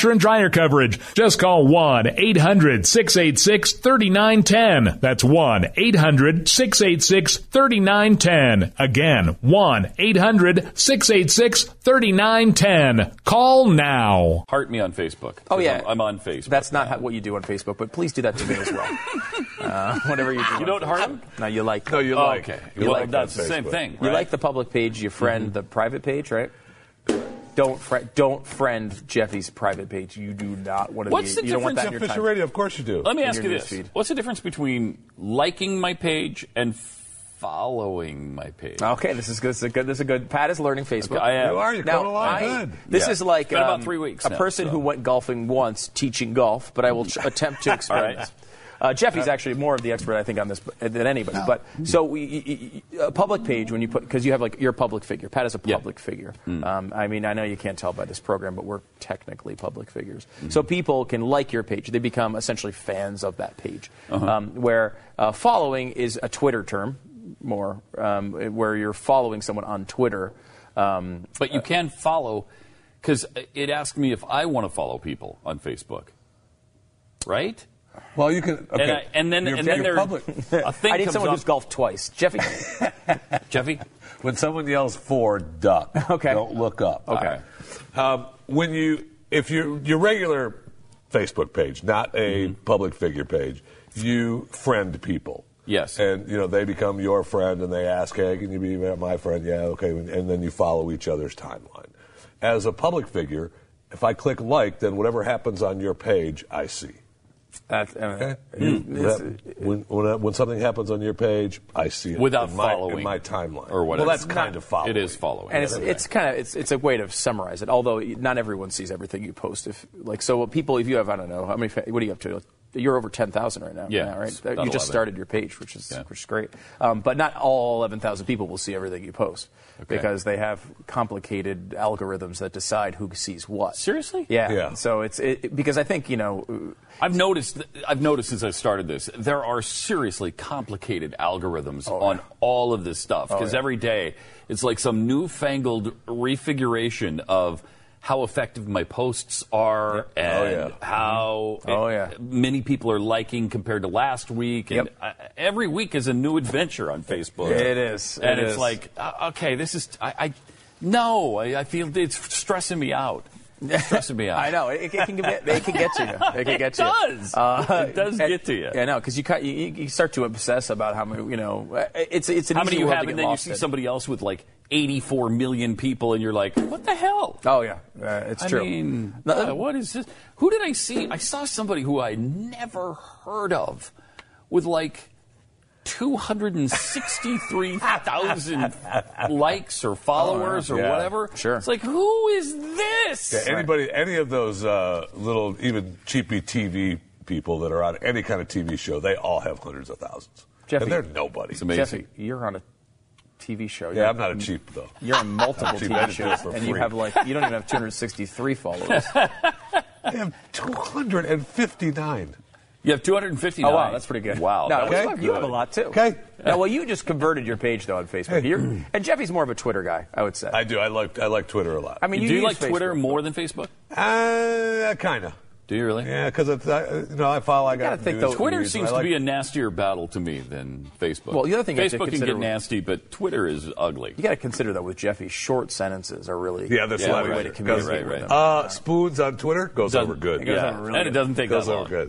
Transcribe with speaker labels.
Speaker 1: and dryer coverage. Just call 1 800 686 3910. That's 1 800 686 3910. Again, 1 800 686 3910. Call now.
Speaker 2: Heart me on Facebook.
Speaker 3: Oh, yeah.
Speaker 2: I'm, I'm on Facebook.
Speaker 3: That's not how, what you do on Facebook, but please do that to me as well. uh, whatever you do.
Speaker 2: You don't heart him?
Speaker 3: No, you like.
Speaker 2: No, you
Speaker 3: Oh,
Speaker 2: like.
Speaker 3: Okay.
Speaker 2: You like that's the same thing,
Speaker 3: You
Speaker 2: right? Mm-hmm.
Speaker 3: like the public page. You friend the private page, right? Don't fri- don't friend Jeffy's private page. You do not want to.
Speaker 2: What's
Speaker 3: be,
Speaker 2: the
Speaker 3: you don't want that in
Speaker 2: difference
Speaker 3: your
Speaker 4: Fisher
Speaker 3: time.
Speaker 4: Radio, of course you do.
Speaker 2: Let me
Speaker 3: in
Speaker 2: ask you
Speaker 3: your
Speaker 2: this.
Speaker 3: newsfeed.
Speaker 2: What's the difference between liking my page and following my page?
Speaker 3: Okay, this is good. This is a good. This is a good. Pat is learning Facebook.
Speaker 2: Okay, I am. You
Speaker 4: are, you're
Speaker 3: now,
Speaker 4: coming along
Speaker 3: I-
Speaker 4: good.
Speaker 3: This
Speaker 2: Yeah.
Speaker 3: is like
Speaker 2: Been about
Speaker 3: um,
Speaker 2: three weeks
Speaker 3: A
Speaker 2: now,
Speaker 3: person
Speaker 2: so.
Speaker 3: who went golfing once teaching golf, but I will ch- attempt to explain
Speaker 2: right.
Speaker 3: this. Uh, Jeffy's actually more of the expert, I think, on this b- than anybody. But so we, y- y- a public page when you put because you have like your public figure. Pat is a
Speaker 2: Yeah. Mm.
Speaker 3: public figure. Um, I mean, I know you can't tell by this program, but we're technically public figures.
Speaker 2: Mm-hmm.
Speaker 3: So people can like your page; they become essentially fans of that page.
Speaker 2: Uh-huh.
Speaker 3: Um, where uh, following is a Twitter term, more um, where you're following someone on Twitter. Um,
Speaker 2: But you can follow, because it asked me if I want to follow people on Facebook, right?
Speaker 4: Well, you can. Okay.
Speaker 2: And, I, and then,
Speaker 4: You're-
Speaker 2: and then
Speaker 4: you're
Speaker 2: there,
Speaker 4: public.
Speaker 2: a thing
Speaker 3: I need
Speaker 2: comes
Speaker 3: someone
Speaker 2: up.
Speaker 3: who's golfed twice. Jeffy,
Speaker 2: Jeffy,
Speaker 4: when someone yells for duck,
Speaker 3: Okay.
Speaker 4: don't look up.
Speaker 3: Okay.
Speaker 4: Um, when you, if you your regular Facebook page, not a public figure page, you friend people.
Speaker 2: Yes.
Speaker 4: And you know they become your friend, and they ask, "Hey, can you be my friend?" Yeah, okay. And then you follow each other's timeline. As a public figure, if I click like, then whatever happens on your page, I see.
Speaker 3: that, uh,
Speaker 4: Eh,
Speaker 2: Hmm.
Speaker 4: That- when, when, I- when something happens on your page, I see it
Speaker 2: without
Speaker 4: in my,
Speaker 2: following
Speaker 4: in my timeline
Speaker 2: or whatever.
Speaker 4: Well, that's kind of following.
Speaker 2: It is following.
Speaker 3: and it's,
Speaker 2: That's
Speaker 3: it's kind of it's, it's a way to summarize it. Although not everyone sees everything you post. If like so, what people if you have I don't know how many fa- what are you up to? You're over ten thousand right now.
Speaker 2: Yeah,
Speaker 3: now,
Speaker 2: it's
Speaker 3: right.
Speaker 2: about
Speaker 3: You just
Speaker 2: 11.
Speaker 3: started your page, which is
Speaker 2: Yeah.
Speaker 3: which is great. Um, but not all eleven thousand people will see everything you post
Speaker 2: Okay.
Speaker 3: because they have complicated algorithms that decide who sees what.
Speaker 2: Seriously?
Speaker 3: Yeah.
Speaker 4: Yeah.
Speaker 3: So it's it, it- because I think you know
Speaker 2: I've noticed. th- I've noticed since I started this, there are seriously complicated algorithms on all of this stuff because
Speaker 3: Oh, yeah.
Speaker 2: every day it's like some newfangled refiguration of how effective my posts are and
Speaker 4: yeah.
Speaker 2: how
Speaker 3: Oh,
Speaker 2: it-
Speaker 3: yeah.
Speaker 2: many people are liking compared to last week. And
Speaker 3: Yep.
Speaker 2: I, every week is a new adventure on Facebook.
Speaker 3: It is.
Speaker 2: and
Speaker 3: It
Speaker 2: it's
Speaker 3: is.
Speaker 2: like, uh, okay, this is. I, I no, I, I feel it's stressing me out. It's stressing me out.
Speaker 3: I know it, it can get it can get to you. It can
Speaker 2: It
Speaker 3: get to you. Uh,
Speaker 2: does. It does
Speaker 3: and-
Speaker 2: get to you.
Speaker 3: Yeah, no, because you, ca- you you you start to obsess about how many you know. It's it's an
Speaker 2: How many
Speaker 3: easy
Speaker 2: you
Speaker 3: world
Speaker 2: have, and
Speaker 3: to get
Speaker 2: then you
Speaker 3: lost
Speaker 2: see
Speaker 3: in.
Speaker 2: somebody else with like 84 million people, and you're like, what the hell?
Speaker 3: Oh yeah, uh, it's
Speaker 2: I
Speaker 3: true.
Speaker 2: mean,
Speaker 3: No,
Speaker 2: uh, what is this? Who did I see? I saw somebody who I never heard of with like 263,000 likes or followers
Speaker 4: Oh,
Speaker 2: or
Speaker 4: yeah.
Speaker 2: whatever.
Speaker 3: Sure.
Speaker 2: It's like, who is this?
Speaker 4: Yeah, anybody, any of those uh, little, even cheapy TV people that are on any kind of TV show, they all have hundreds of thousands.
Speaker 3: Jeffy.
Speaker 4: and they're nobody.
Speaker 3: Jeffy, you're on a TV show.
Speaker 4: Yeah, I'm not a cheap though.
Speaker 3: You're on multiple
Speaker 4: Gee,
Speaker 3: TV
Speaker 4: that is good
Speaker 3: shows,
Speaker 4: for
Speaker 3: and you
Speaker 4: free.
Speaker 3: have like you don't even have 263 followers. Oh,
Speaker 4: I have 259.
Speaker 2: You have 259.
Speaker 3: Oh wow, that's pretty good.
Speaker 2: Wow.
Speaker 3: no,
Speaker 2: that was
Speaker 4: okay.
Speaker 3: you- you have a lot too.
Speaker 4: Okay.
Speaker 3: Now, well, you just converted your page though on Facebook.
Speaker 4: Hey.
Speaker 3: You're, and Jeffy's more of a Twitter guy, I would say.
Speaker 4: I do. I like I like Twitter a lot.
Speaker 3: I mean,
Speaker 2: Do you
Speaker 3: use
Speaker 2: like Twitter
Speaker 3: Facebook.
Speaker 2: more than Facebook?
Speaker 4: uh, kind of.
Speaker 2: Do you really?
Speaker 4: Yeah, because you know I follow. I got
Speaker 3: gotta
Speaker 4: to
Speaker 3: think, though,
Speaker 2: Twitter seems to be a nastier battle to me than Facebook.
Speaker 3: Well, the other thing you have to
Speaker 2: Facebook can
Speaker 3: consider-
Speaker 2: get nasty, but Twitter is ugly.
Speaker 3: You got to consider though with Jeffy, short sentences are really
Speaker 4: Yeah, that's
Speaker 3: the
Speaker 4: a lot
Speaker 3: only way to
Speaker 4: easier.
Speaker 3: communicate
Speaker 2: Right,
Speaker 3: with
Speaker 2: right.
Speaker 3: them.
Speaker 4: Uh, spoons on Twitter goes over good.
Speaker 2: It goes
Speaker 4: yeah,
Speaker 2: over really And it good. doesn't take
Speaker 4: goes
Speaker 2: that
Speaker 4: over
Speaker 2: long.
Speaker 4: good.